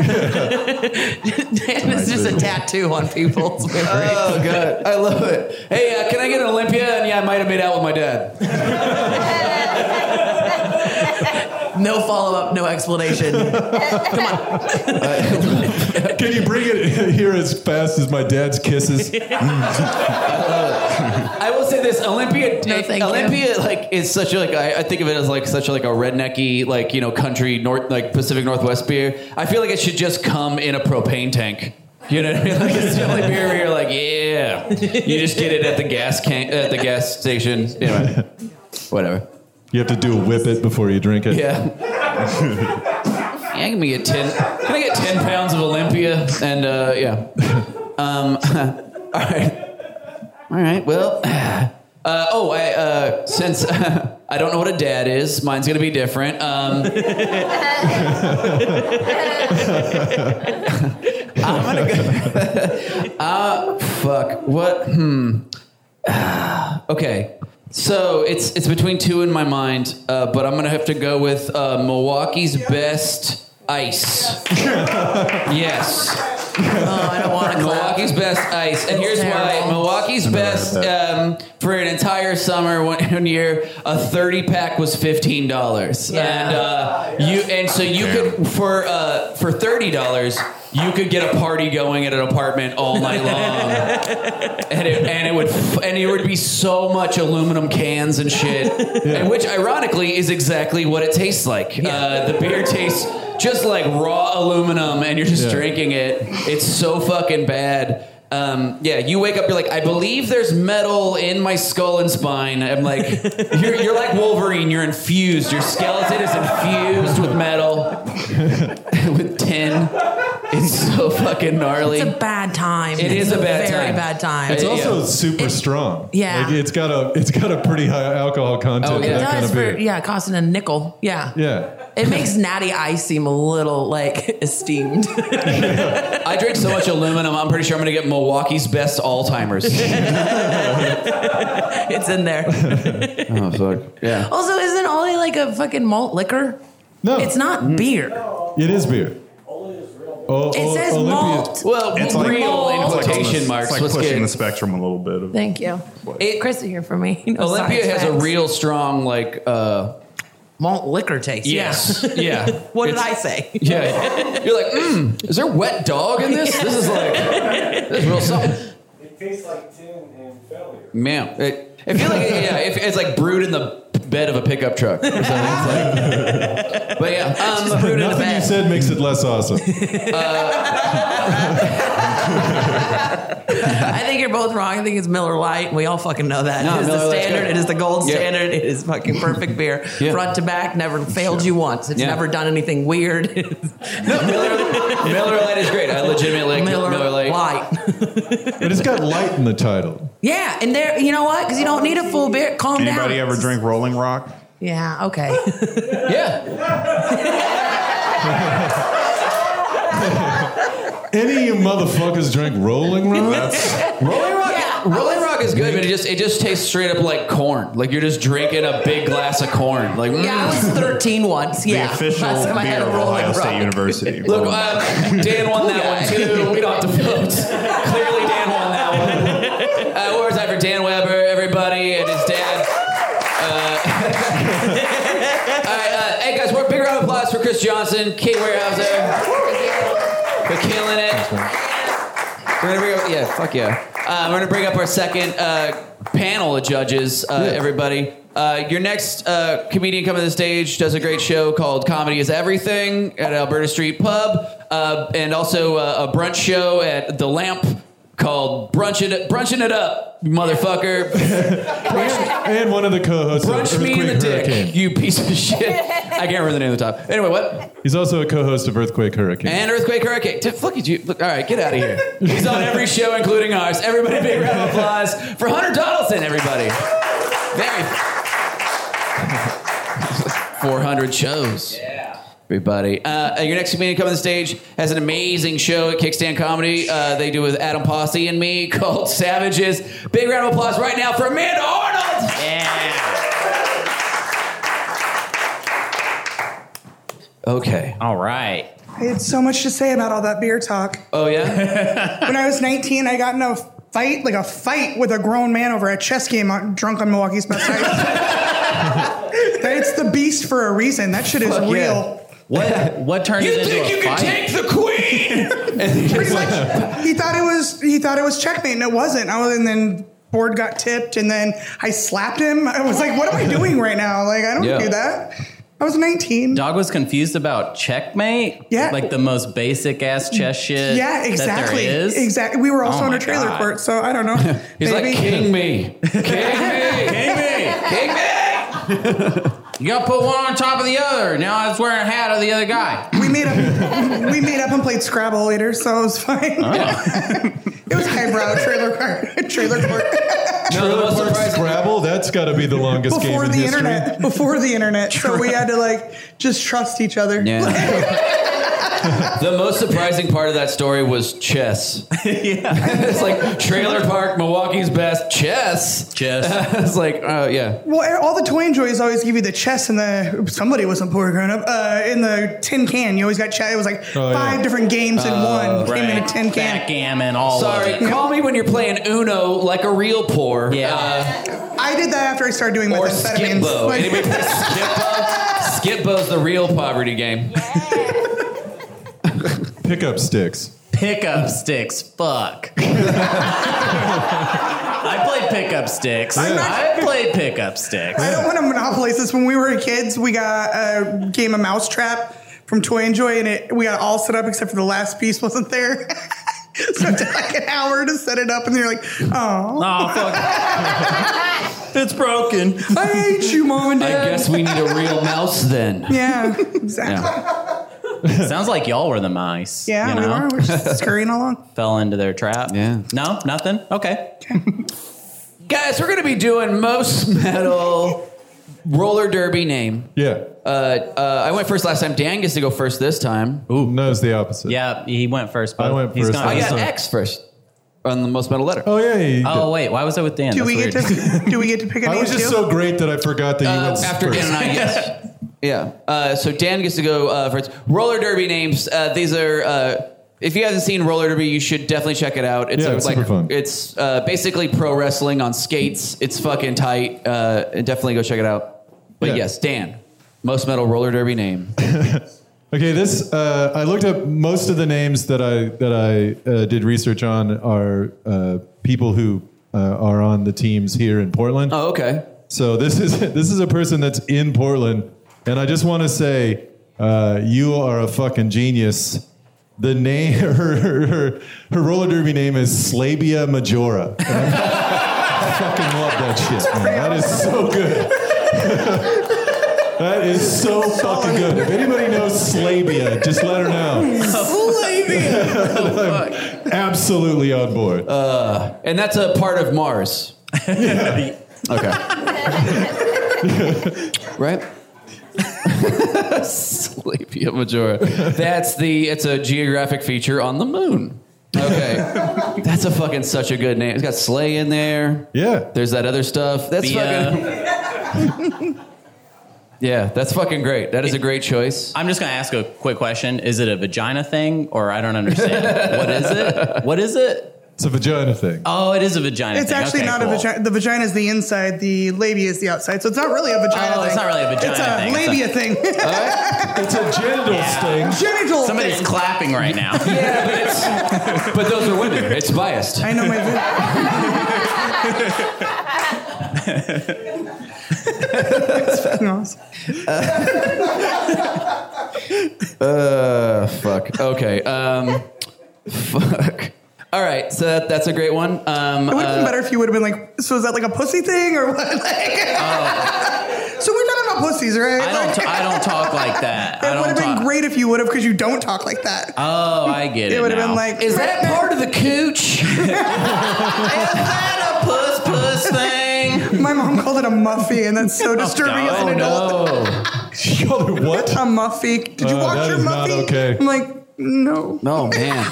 Dan is just a tattoo on people's memories. Oh god, I love it. Hey, uh, can I get an Olympia? And yeah, I might have made out with my dad. no follow up, no explanation. Can you bring it here as fast as my dad's kisses? I will say this: Olympia, eh, No, thank you. Olympia, like is such a, like I, I think of it as like such a, like a rednecky like you know country north like Pacific Northwest beer. I feel like it should just come in a propane tank. You know what I mean? Like it's the only beer where you're like, yeah, you just get it at the gas can- at the gas station. Anyway, whatever. You have to do a whip it before you drink it. Yeah. yeah, give me a ten. Can I get ten pounds of Olympia? And uh, yeah. Um, all right. All right. Well. Uh, oh, I, uh, since I don't know what a dad is, mine's gonna be different. Um, I'm gonna go. uh, fuck. What? Hmm. okay. So it's it's between two in my mind, uh, but I'm gonna have to go with uh, Milwaukee's best ice. yes. Oh, I don't want to clap. Milwaukee's best ice, and here's why: Terrible. Milwaukee's best um, for an entire summer, one, one year, a thirty pack was fifteen dollars, Yeah. and uh, you, and so you could for uh, for thirty dollars, you could get a party going at an apartment all night long, and it and it would f- and it would be so much aluminum cans and shit, and which ironically is exactly what it tastes like. Uh, the beer tastes. Just like raw aluminum, and you're just Yeah. drinking drinking it. It's so fucking bad. Um, yeah, you wake up, you're like, I believe there's metal in my skull and spine. I'm like, you're, you're like Wolverine, you're infused. Your skeleton is infused with metal, with tin. It's so fucking gnarly. It's a bad time. It it's is a bad very time. bad time. It's Yeah. also super strong. yeah. like it's got a it's got a pretty high alcohol content. Oh, for yeah. it that does kind of for beer. yeah, costing a nickel. Yeah. yeah. It makes natty ice seem a little like esteemed. I drink so much aluminum. I'm pretty sure I'm gonna get Milwaukee's best Alzheimer's. it's in there. oh fuck. Yeah. Also, isn't Ollie like a fucking malt liquor? No, It's not beer. It is beer. Oh, It says malt. Well, It's like- real it's in like quotation it's marks. like Let's pushing get the spectrum a little bit. Of, Thank you. It- Chris is here for me. He knows Olympia science has a facts. real strong like. uh malt liquor taste. Yes. Yeah. Yeah. what did It's- I say? Yeah. You're like, mm, is there wet dog in this? This is like, this is real something. It tastes like tin and failure. Man, it, I feel like yeah, if it's like brewed in the bed of a pickup truck. Or something. It's like- but yeah, um, Brewed in the Nothing you bed. said makes it less awesome. I think you're both wrong. I think it's Miller Lite. and We all fucking know that. No, it is Miller the Lite's standard. good. It is the gold Yeah. standard. It is fucking perfect beer. Yeah. Front to back, never failed you once. It's Yeah. never done anything weird. Miller, Miller Lite is great. I legitimately like Miller, Miller, Lite. Lite. But it's got light in the title. yeah, and there, you know what? Because you don't need a full beer. Calm Anybody down. ever drink Rolling Rock? Yeah. Okay. Yeah, Any of you motherfuckers drink Rolling Rock? Rolling Rock. Yeah. Rolling Rock is good, but it just it just tastes straight up like corn. Like you're just drinking a big glass of corn. Like mm. Yeah, I was 13 once. Yeah. The official Last time I beer had a of Rolling Ohio State Rock. University. Look, Rolling Rock. uh, Dan won that one too. We don't have to vote. Clearly, Dan won that one. Uh, what was that for Dan Weber, everybody, and his dad? Uh, all right, uh, hey guys, we're big round of applause for Chris Johnson, Kate Warehouser. We're killing it. We're gonna bring up, yeah, fuck yeah. Uh, we're gonna bring up our second uh, panel of judges, uh, everybody. Uh, your next uh, comedian coming to the stage does a great show called Comedy is Everything at Alberta Street Pub, uh, and also uh, a brunch show at The Lamp called Brunchin' It, Brunchin' it Up, you motherfucker. brunch and one of the co-hosts brunch of me in the Earthquake dick, Hurricane. you piece of shit. I can't remember the name of the top. Anyway, what? He's also a co-host of Earthquake Hurricane. And earthquake hurricane. Dude, Fuck you. dude. Look, all right, get out of here. He's on every show, including ours. Everybody, big round of applause for Hunter Donaldson. Everybody, very. 400 shows. Yeah. Everybody. Uh, your next comedian coming on the stage has an amazing show at Kickstand Comedy. Uh, they do with Adam Posse and me called Savages. Big round of applause right now for Amanda Arnold. Yeah. Okay. All right. I had so much to say about all that beer talk. Oh, yeah? When I was 19, I got in a fight, like a fight with a grown man over a chess game on, drunk on Milwaukee's Best Ice. That's the beast for a reason. That shit is Fuck yeah. real. What what turned You it into think a you can fight? take the queen? And he just like, He thought it was he thought it was checkmate and it wasn't. I was, and then board got tipped and then I slapped him. I was like, what am I doing right now? Like I don't Yeah. do that. I was 19. Dog was confused about checkmate. Yeah. Like the most basic ass chess shit. Yeah, exactly. That there is. Exactly. We were also Oh in my a trailer God. court, so I don't know. he's like, Maybe- king me. King me. King me. King me. You gotta put one on top of the other. Now I was wearing a hat of the other guy. We made up. we made up and played Scrabble later, so it was fine. Oh. it was highbrow trailer court. Trailer court. No, the most surprising. Scrabble, that's got to be the longest game before in the history. internet. Before the internet, so we had to like just trust each other. Yeah. the most surprising part of that story was chess. yeah. it's like trailer park, Milwaukee's best, chess. Chess. it's like, oh, yeah. Well, all the toy and joys always give you the chess and the somebody wasn't poor growing up. Uh, in the tin can, you always got chess. It was like Oh, five yeah. different games in one. Came in Right. a tin can. Backgammon, all Sorry, of it. call me when you're playing Uno like a real poor. uh, Yeah. I did that after I started doing or methamphetamines. Skipbo. Like- Anybody play Skipbo? Skipbo's the real poverty game. Pickup sticks. Pickup sticks. Fuck. I played pickup sticks. I played pickup sticks. I don't want to monopolize this. When we were kids, we got a game of Mousetrap from Toy and Joy, and it, we got it all set up except for the last piece wasn't there. so it took like an hour to set it up, and they're like, "Oh, Oh fuck. it's broken. I hate you, mom and I dad." guess we need a real mouse then. yeah, exactly. Sounds like y'all were the mice. Yeah, you we know? were. We're just scurrying along. Fell into their trap. Yeah. No, nothing. Okay. Guys, we're gonna be doing most metal roller derby name. Yeah. Uh, uh, I went first last time. Dan gets to go first this time. Ooh, no, it's the opposite. Yeah, he went first. But I went he's first not- I he's got not- X first on the most metal letter. Oh yeah. you Oh did. wait, why was I with Dan? Do That's we weird. get to? Do we get to pick a I name was too? just so great that I forgot that you Uh, went after first. Dan and I, yes. yeah. Uh, so Dan gets to go uh, first. Roller derby names. Uh, these are. Uh, if you haven't seen roller derby, you should definitely check it out. It's, Yeah, uh, it's like super fun. it's uh, basically pro wrestling on skates. It's fucking tight. Uh, and definitely go check it out. But Yeah. yes, Dan, most metal roller derby name. Okay, this uh, I looked up. Most of the names that I that I uh, did research on are uh, people who uh, are on the teams here in Portland. Oh, okay. So this is this is a person that's in Portland, and I just want to say uh, you are a fucking genius. The name her, her, her, her roller derby name is Slabia Majora. And I fucking love that shit, man. That is so good. that is so fucking good. If anybody knows Slabia, just let her know. Absolutely on board. And that's a part of Mars. okay. right? Sleepia Majora. That's the, it's a geographic feature on the moon. Okay. that's a fucking such a good name. It's got Slay in there. yeah. There's that other stuff. That's The, uh, fucking, yeah, that's fucking great. That is a great choice. I'm just gonna ask a quick question. Is it a vagina thing or I don't understand? what is it? What is it? It's a vagina thing. uh, Oh, it is a vagina. It's thing. actually Okay, not cool. a vagina. The vagina is the inside. The labia is the outside. So it's not really a vagina. Oh, thing. it's not really a vagina It's a thing. It's a- labia thing. It's a genital sting. Genital. Somebody's thing. clapping right now. But those are women. It's biased. I know my. vi- It's fucking awesome. Uh, fuck. Okay. Um, fuck. All right. So that, that's a great one. Um, It would have uh, been better if you would have been like, so is that like a pussy thing or what? Like, so we're talking about pussies, Oh. right? uh, I don't. T- I don't talk like that. I it would don't have talk. been great if you would have, because you don't talk like that. Oh, I get it. it would have now. been like, Is that part of the cooch? Is that a puss puss thing? Oh, my mom called it a muffy, and that's Oh, so disturbing as an adult. Yo, what? A muffy. Did you Uh, watch that your is not muffy? okay. I'm like, no. No, man.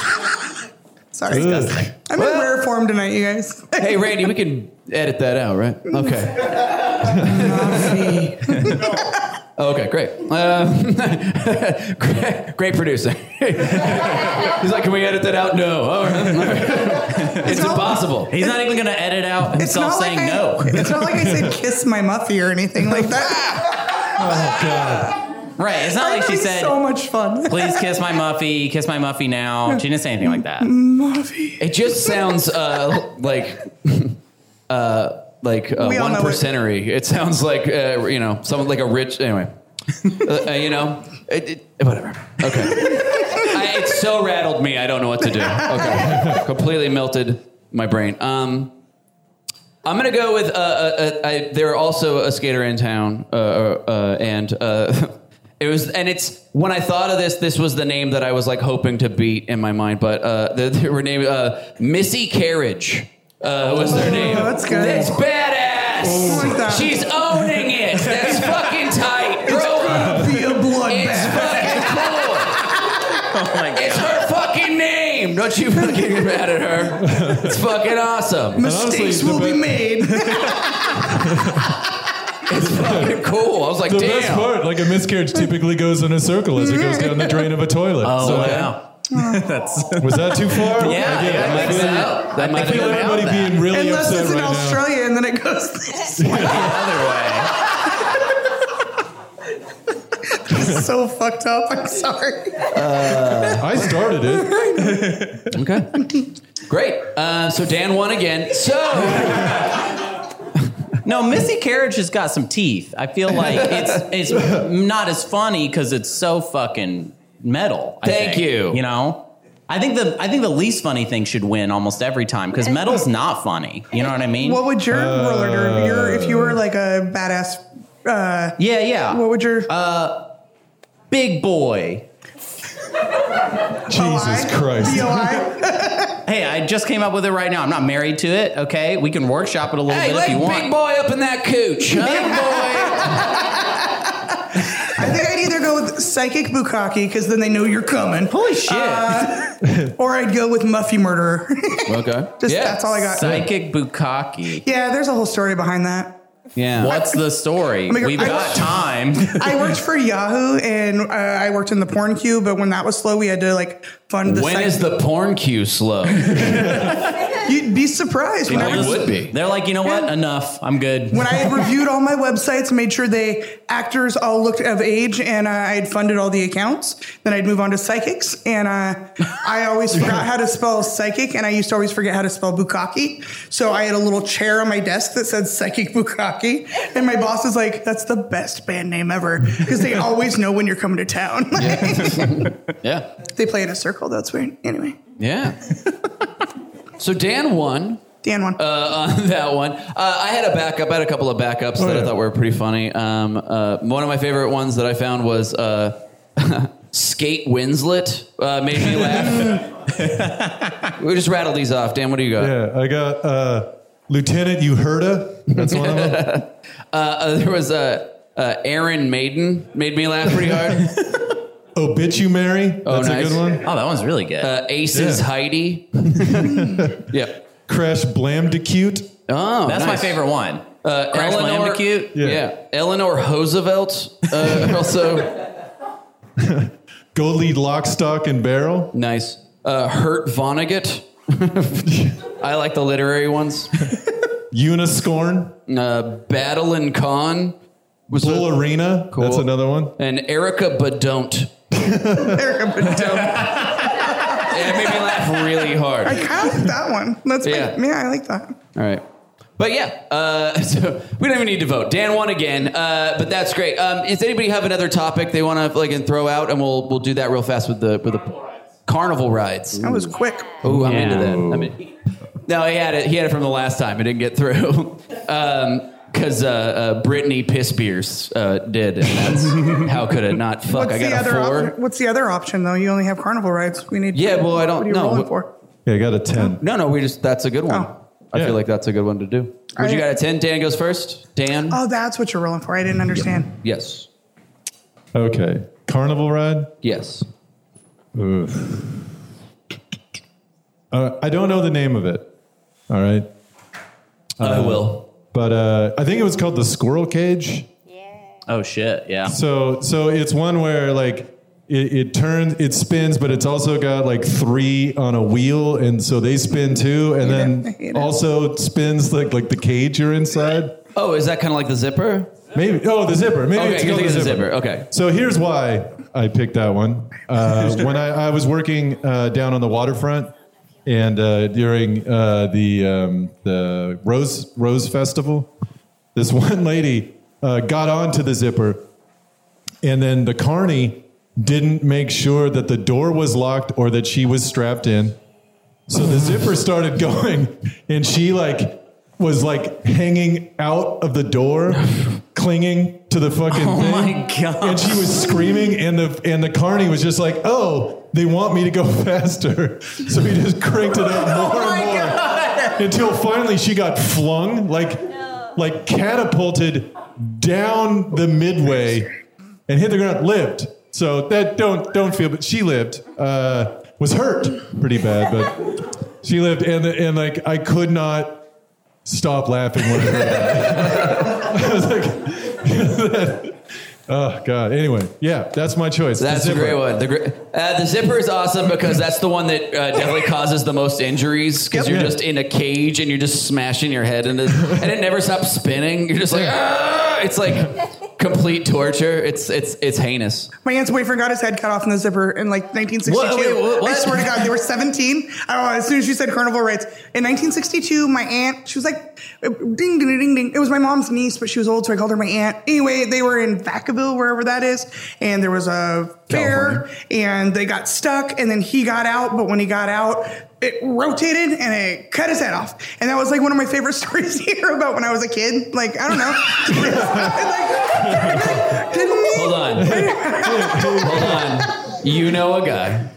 Sorry. Ugh. I'm in rare form tonight, you guys. Hey, Randy, we can edit that out, right? Mm-hmm. Okay. Oh, Okay, great. Uh, great, great producer. He's like, can we edit that out? No. All right. All right. It's not- impossible. He's not even gonna edit out It's himself not like saying I, no. It's not like I said kiss my muffy or anything like that. Oh god. Right. It's not like she It's said, so much fun. "Please kiss my muffy, kiss my muffy now." She didn't say anything like that. Muffy. It just sounds uh, like uh, like uh, We all one know it. percentery. It. sounds like uh, you know someone like a rich anyway. uh, you know, it, it- whatever. Okay, I, it so rattled me. I don't know what to do. Okay, completely melted my brain. Um, I'm gonna go with uh, uh, uh, I, there are also a skater in town, uh, uh, uh, and uh, it was and it's when I thought of this, this was the name that I was like hoping to beat in my mind, but uh, there, there were named uh, Missy Carriage uh, was their name. Oh, that's good. That's badass. I like that. She's owning it. That's fucking tight. Grow up. Be a It's bloodbath. fucking cool. Oh my It's her fucking name. Don't you fucking get mad at her. It's fucking awesome. honestly, Mistakes the will be be- made. It's fucking cool. I was like, The damn. best part, like a miscarriage typically goes in a circle as it goes down the drain of a toilet. Oh So, like, wow. Was that too far? Yeah, Again, that I makes feel- sense. That I might feel have been everybody about that. being really Unless upset it's in right now. Australia and then it goes this way. Other It's so fucked up. I'm sorry. I started it. Okay. Great. Uh, so Dan won again. So way. No, Missy Carriage has got some teeth. I feel like it's it's not as funny because it's so fucking metal. I Thank think. you. You know. I think the I think the least funny thing should win almost every time because metal's not funny. You know what I mean? What would your roller derby, your, if you were like a badass, uh, yeah, yeah. what would your, Big boy. Jesus Christ. hey, I just came up with it right now. I'm not married to it, okay? We can workshop it a little Hey, bit let if you big want. boy up in that cooch. I think I'd either go with psychic bukkake because then they know you're coming. Holy shit! or I'd go with Muffy murderer. okay. Just that's all I got. Psychic bukkake. Yeah, there's a whole story behind that. Yeah. What's the story? Oh my God, We've I- got time. I worked for Yahoo and uh, I worked in the porn queue, but when that was slow, we had to like fund the. When site. is the porn queue slow? It You'd be surprised. When I, was- would be. They're like, you know what? Enough. I'm good. when I had reviewed all my websites and made sure they actors all looked of age, and uh, I had funded all the accounts, then I'd move on to psychics, and uh, I always forgot how to spell psychic, and I used to always forget how to spell bukkake. So I had a little chair on my desk that said psychic bukkake, and my boss was like, "That's the best band name ever because they always know when you're coming to town." Yeah. They play in a circle. That's weird. Anyway, Yeah. so Dan won. Dan won. uh, on that one. Uh, I had a backup. I had a couple of Oh, backups that I thought were pretty funny. Um, uh, one of my favorite ones that I found was uh, Skate Winslet. Uh, made me laugh. we just rattled these off. Dan, what do you got? Yeah, I got uh, Lieutenant Uherta. That's one of them. Uh, uh, there was a. Uh, uh, Aaron Maiden made me laugh pretty hard. Obituary. That's Oh, nice. a good one. Oh, that one's really good. Uh, Aces Yeah. Heidi. yeah. Crash Blamdecute. Oh, That's my nice. favorite one. Uh, Crash Eleanor, Landicute? Yeah. Yeah. Eleanor Roosevelt. Uh, also Go lead lock, stock, and barrel. nice. Uh, Hurt Vonnegut. I like the literary ones. Uniscorn. Uh, Battle and Con. Was Bull Arena. That's Cool. another one. and Erica Badont. Yeah, it made me laugh really hard. I like that one. That's Yeah. yeah. yeah, I like that. All right. But yeah, uh, so we don't even need to vote. Dan won again, uh, but that's great. Um, does anybody have another topic they want to like and throw out, and we'll we'll do that real fast with the with the carnival rides. That was quick. Oh, I'm into Yeah. that. I mean, no, he had it. He had it from the last time. It didn't get through because uh, uh, Brittany Piss Beers uh, did, and that's how could it not? Fuck, I got other a four. option? What's the other option though? You only have carnival rides. We need. Yeah, well, I don't what are you know. Rolling for? Yeah, I got a 10. No, no, we just that's a good one. Oh. I Yeah. feel like that's a good one to do. Would you got a ten? Dan goes first. Dan. Oh, that's what you're rolling for. I didn't understand. yes. Okay. Carnival ride. Yes. Oof. Uh, I don't know the name of it. All right. I will. But uh, I think it was called the Squirrel Cage. Oh shit, yeah. So so it's one where like it, it turns, it spins, but it's also got like three on a wheel, and so they spin too, and I hate then it. also spins like like the cage you're inside. Oh, is that kind of like the zipper? Maybe oh the zipper. Maybe Okay, it's you're called thinking the of the zipper. zipper. Okay. So here's why I picked that one. Uh, when I, I was working uh, down on the waterfront, and uh, during uh, the um, the Rose Rose Festival, this one lady uh, got onto the zipper, and then the carny didn't make sure that the door was locked or that she was strapped in. So the zipper started going, and she like was like hanging out of the door, clinging to the fucking Oh thing. my God. And she was screaming, and the and the carny was just like, "Oh, they want me to go faster." So he just cranked it up more and more until finally she got flung like like catapulted down the midway and hit the ground. Lived. So that don't don't feel, but she lived. Uh, was hurt pretty bad, but she lived. And and like I could not stop laughing when I heard that. I was like, oh god. Anyway, yeah, that's my choice. The That's a zipper. great one. The, gr- uh, the zipper is awesome because that's the one that uh, definitely causes the most injuries because Yep. you're just in a cage and you're just smashing your head into and it never stops spinning. You're just like, "Ah!" it's like complete torture. It's it's it's heinous. My aunt's boyfriend got his head cut off in the zipper in like 1962. What? Wait, what- what? I swear to God, they were 17. I don't know. As soon as she said carnival rights in 1962, my aunt, she was like, ding, ding, ding, ding. It was my mom's niece, but she was old, so I called her my aunt. Anyway, they were in Vacaville, wherever that is, and there was a fair, and they got stuck, and then he got out, but when he got out, it rotated and it cut his head off. And that was like one of my favorite stories to hear about when I was a kid. Like, I don't know. like, kidding me? Hold on. Hold on. You know a guy.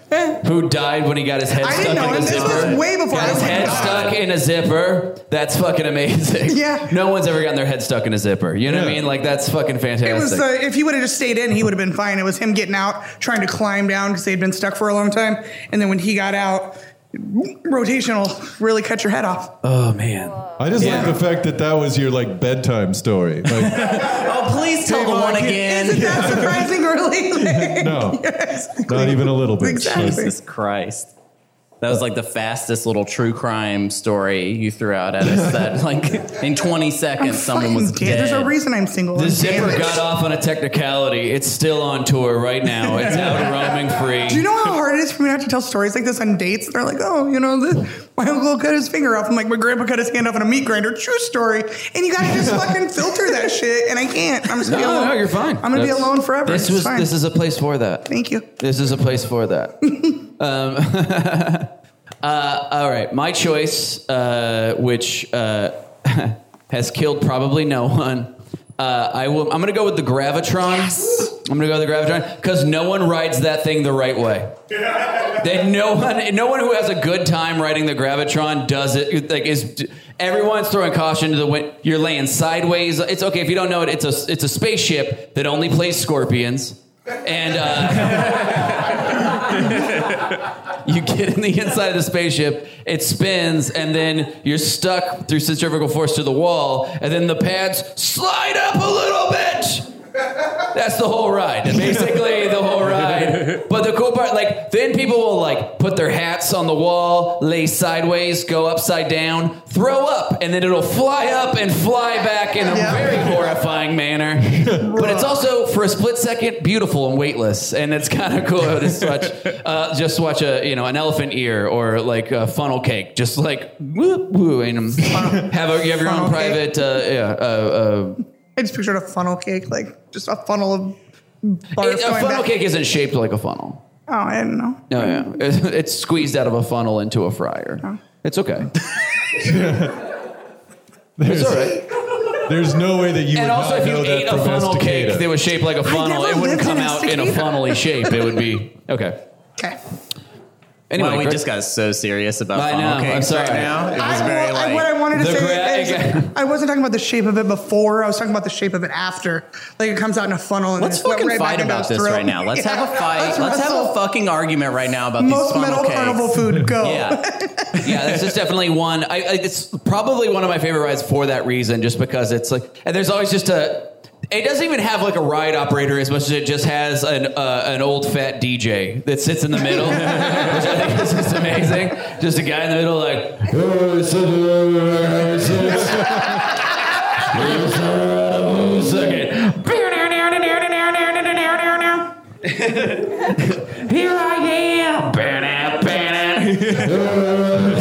Who died when he got his head I stuck didn't know in a him. This zipper? was way before Got I his was like, head God. stuck in a zipper. That's fucking amazing. Yeah. No one's ever gotten their head stuck in a zipper. You know what I Yeah. mean? Like that's fucking fantastic. It was uh, if he would have just stayed in, he would have been fine. It was him getting out, trying to climb down because they'd been stuck for a long time, and then when he got out, rotational really cut your head off. Oh man. I just like the fact that that was your like bedtime story. Like, Oh, please tell the one again. Isn't that surprising, really? no, not even a little bit. Jesus Christ. That was like the fastest little true crime story you threw out at us. That like in 20 seconds someone was Yeah, dead. there's a reason I'm single. The I'm zipper damaged. got off on a technicality. It's still on tour right now. It's out roaming free. Do you know how hard it is for me not to tell stories like this on dates? They're like, oh, you know, this, my uncle cut his finger off. I'm like, my grandpa cut his hand off in a meat grinder. True story. And you gotta just fucking filter that shit. And I can't. I'm just No, gonna be no, alone. no, you're fine. I'm gonna That's- be alone forever. This It's was fine. this is a place for that. Thank you. This is a place for that. um, uh, all right, my choice, uh, which uh, has killed probably no one. Uh, I will. I'm gonna go with the gravitron. I'm gonna go with the gravitron because no one rides that thing the right way. That no one, no one who has a good time riding the gravitron does it. Like is everyone's throwing caution to the wind. You're laying sideways. It's okay if you don't know it. It's a it's a spaceship that only plays scorpions, and uh, you get in the inside of the spaceship. It spins, and then you're stuck through centrifugal force to the wall, and then the pads slide up a little bit. That's the whole ride. Basically, the whole ride. But the cool part, like, then people will, like, put their hats on the wall, lay sideways, go upside down, throw up, and then it'll fly up and fly back in a very horrifying manner. but it's also, for a split second, beautiful and weightless. And it's kind of cool to just watch, uh, just watch a, you know, an elephant ear or, like, a funnel cake. Just, like, whoop, whoop, and um, have, a, you have your own Funnel private, uh, yeah, uh, uh, I just pictured a funnel cake, like just a funnel of bars it- a going funnel back. cake isn't shaped like a funnel. Oh, I didn't know. No, yeah. It's, it's squeezed out of a funnel into a fryer. It's okay. There's, it's all right. there's no way that you And would also, not if you know ate that a from funnel cake Estacada. that was shaped like a funnel, it never wouldn't lived come in out in a Estacada. funnelly shape. It would be okay. Okay. Anyway, wow, we great- just got so serious about I funnel know, cakes I'm sorry. right now. It was I, very well, I- like what I wanted to The say gra- is I wasn't talking about the shape of it before. I was talking about the shape of it after. Like it comes out in a funnel and Let's it's went fucking right back fight into about his this throat. right now. Let's Yeah. have a fight. Let's, have a wrestle. fucking argument right now about Most these funnel metal cakes. carnival food. Go. Yeah. yeah, that's just definitely one. I, I, it's probably one of my favorite rides for that reason, just because it's like, and there's always just a. It doesn't even have like a ride operator as much as it just has an uh, an old fat DJ that sits in the middle, which I think is just amazing. Just a guy in the middle, like second. Here I am. Ba-da, ba-da.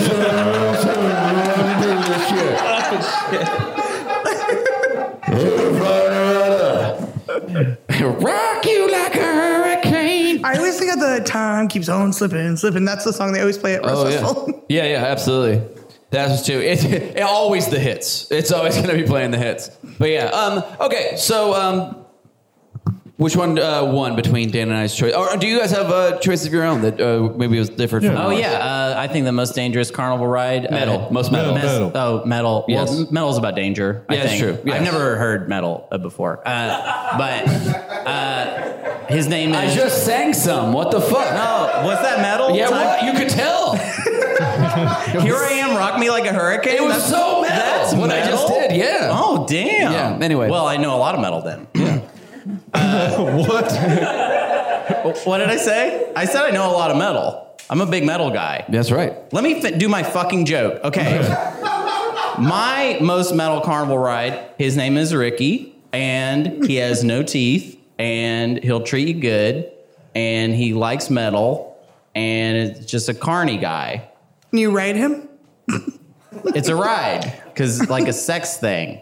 Rock you like a hurricane. I always think of the time keeps on slipping, slipping. That's the song they always play at Rose Oh Festival. yeah, yeah, yeah, absolutely. That's too. It, it always the hits. It's always going to be playing the hits. But yeah, um, okay. So, um, which one uh, won between Dan and I's choice? Or do you guys have uh, choices of your own that uh, maybe was different? From Oh ours? yeah, uh, I think the most dangerous carnival ride. Metal. uh, Most metal. mes- Metal. Oh, metal. Yes. Well, metal's about danger. I Yeah, it's think. true. Yes. I've never heard metal uh, before, uh, but uh, his name is. I just sang some. What the fuck? no, was that metal? Yeah, Time- what? You could tell. Here I am, rock me like a hurricane. It was so metal, That's what I metal? just did, yeah. Oh damn. Yeah, anyway. Well, I know a lot of metal then. what? what did I say? I said I know a lot of metal. I'm a big metal guy. That's right. Let me fi- do my fucking joke. Okay. my most metal carnival ride, his name is Ricky, and he has no teeth, and he'll treat you good, and he likes metal, and it's just a carny guy. Can you ride him? It's a ride, because like a sex thing.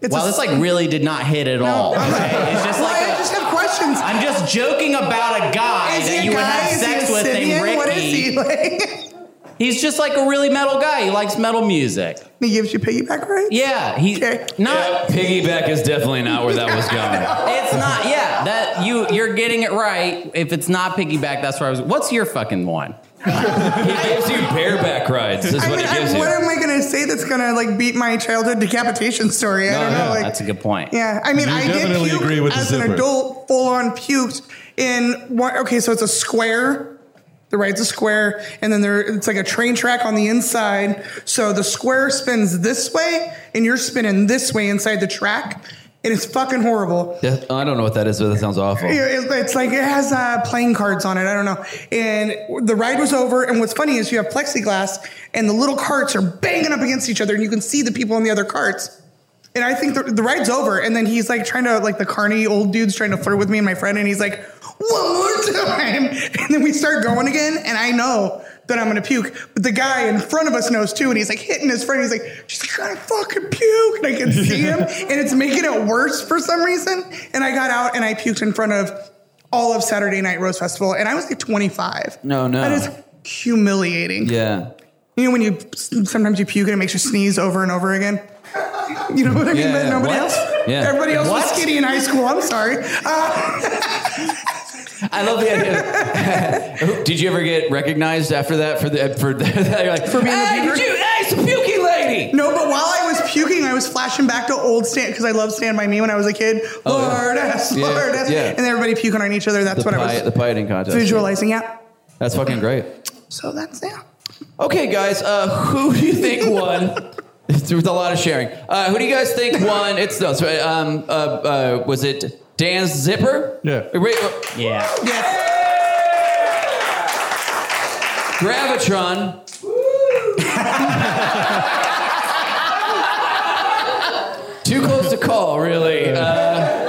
It's Wow, a- this like really did not hit at all. Okay? It's just Why? like I a, just have questions. I'm just joking about a guy is that he a you would guy? have Is he sex a with named Scythian? Ricky. What is he like? He's just like a really metal guy. He likes metal music. He gives you piggyback, right? Yeah, he not Piggyback is definitely not where that was going. It's not. Yeah, that you you're getting it right. If it's not piggyback, that's where I was. What's your fucking one? He gives you bareback rides. Is I what mean, he I, gives what you. am I gonna say that's gonna like beat my childhood decapitation story? I don't know. Like, Oh, that's a good point. Yeah, I mean, You I did definitely puke agree with the as an zipper. adult, full on puked in one. Okay, so it's a square. The right's a square, and then there it's like a train track on the inside. So the square spins this way, and you're spinning this way inside the track, and it's fucking horrible. Yeah, Oh, I don't know what that is, but that sounds awful. Yeah, it- It's like it has uh, playing cards on it. I don't know. And the ride was over. And what's funny is you have plexiglass, and the little carts are banging up against each other, and you can see the people in the other carts. And I think the, the ride's over. And then he's like trying to like the carny old dude's trying to flirt with me and my friend, and he's like one more time. And then we start going again, and I know. That I'm gonna puke, but the guy in front of us knows too, and he's like hitting his friend. He's like, "She's gonna fucking puke," and I can see him, and it's making it worse for some reason. And I got out and I puked in front of all of Saturday Night Rose Festival, and I was like 25. No, no. That is humiliating. Yeah. You know when you sometimes you puke and it makes you sneeze over and over again. You know what I mean? Yeah, But yeah. nobody What? else. Yeah. Everybody else was What? skinny in high school. I'm sorry. Uh, I love the idea. Did you ever get recognized after that for the for that? You're like, For being a hey, puker?" did you? Hey, it's a puking lady. no, but while I was puking, I was flashing back to old stand because I loved Stand by Me when I was a kid. Oh, yeah. Lord, yes, Yeah, Lord, yes. yeah. and everybody puking on each other. That's The what pie, I the was pie eating contest. visualizing. Yeah. That's fucking great. So that's yeah. Okay, guys, uh, who do you think won? With a lot of sharing, uh, who do you guys think won? It's those. right, Um, uh, uh, was it Dan's zipper? Yeah. Wait, uh, Yeah. Yes. Gravitron. Too close to call, really. Uh,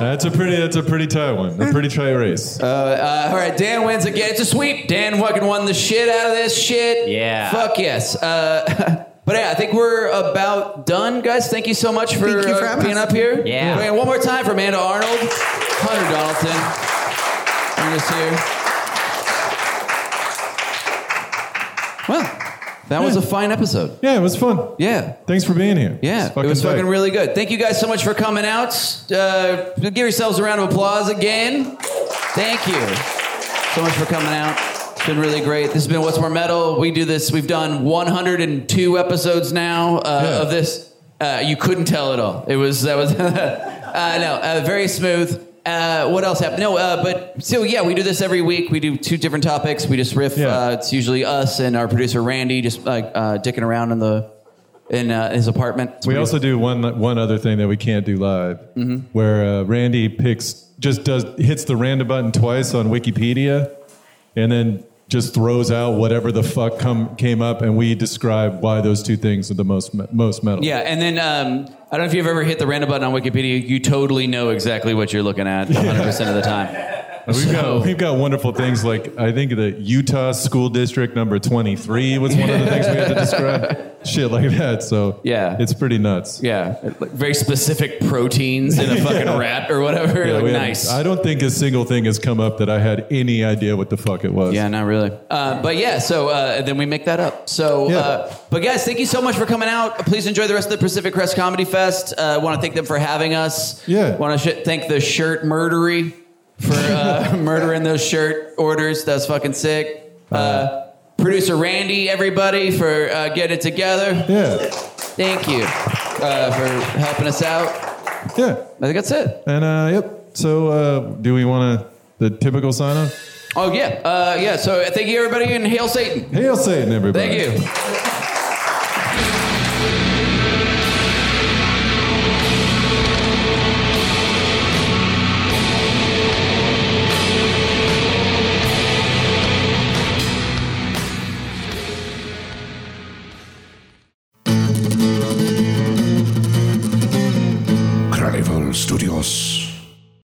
That's a pretty. That's a pretty tight one. A pretty tight race. uh, all right, Dan wins again. It's a sweep. Dan fucking won the shit out of this shit. Yeah. Fuck yes. Uh, but yeah, I think we're about done, guys. Thank you so much for, Thank you for uh, having being us. up here. Yeah. Okay, one more time for Amanda Arnold, Hunter Donaldson. Bring us here. Well, that was a fine episode. Yeah, it was fun. Yeah. Thanks for being here. Yeah, It's it was tight. fucking really good. Thank you guys so much for coming out. Uh, give yourselves a round of applause again. Thank you so much for coming out. It's been really great. This has been What's More Metal. We do this. We've done 102 episodes now uh, Yeah. of this. Uh, you couldn't tell at all. It was that was uh, no uh, very smooth. Uh, what else happened? No, uh, but so yeah, we do this every week. We do two different topics. We just riff. Yeah. Uh, it's usually us and our producer Randy just like uh, dicking around in the in uh, his apartment. It's We pretty- also do one one other thing that we can't do live, where uh, Randy picks just does hits the random button twice on Wikipedia, and then just throws out whatever the fuck come came up, and we describe why those two things are the most me- most metal. Yeah, and then um, I don't know if you've ever hit the random button on Wikipedia. You totally know exactly what you're looking at 100 percent of the time. we've so- got we've got wonderful things like I think the Utah school district number twenty three was one of the things we had to describe, shit like that. So Yeah. it's pretty nuts. Yeah, like very specific proteins in a fucking rat or whatever. Yeah, like, we haven't- nice. I don't think a single thing has come up that I had any idea what the fuck it was. Yeah, not really. Uh, but yeah, so uh, then we make that up. So, uh, Yeah. but guys, thank you so much for coming out. Please enjoy the rest of the Pacific Crest Comedy Fest. Uh, I want to thank them for having us. Yeah. Want to sh- thank the shirt murdery for uh, murdering those shirt orders. That's fucking sick. Uh, producer Randy, everybody, for uh, getting it together. Yeah. Thank you uh, for helping us out. Yeah. I think that's it. And uh, yep. So uh, do we want to the typical sign off? Oh, yeah. Uh, yeah. So thank you, everybody, and hail Satan. Hail Satan, everybody! Thank you.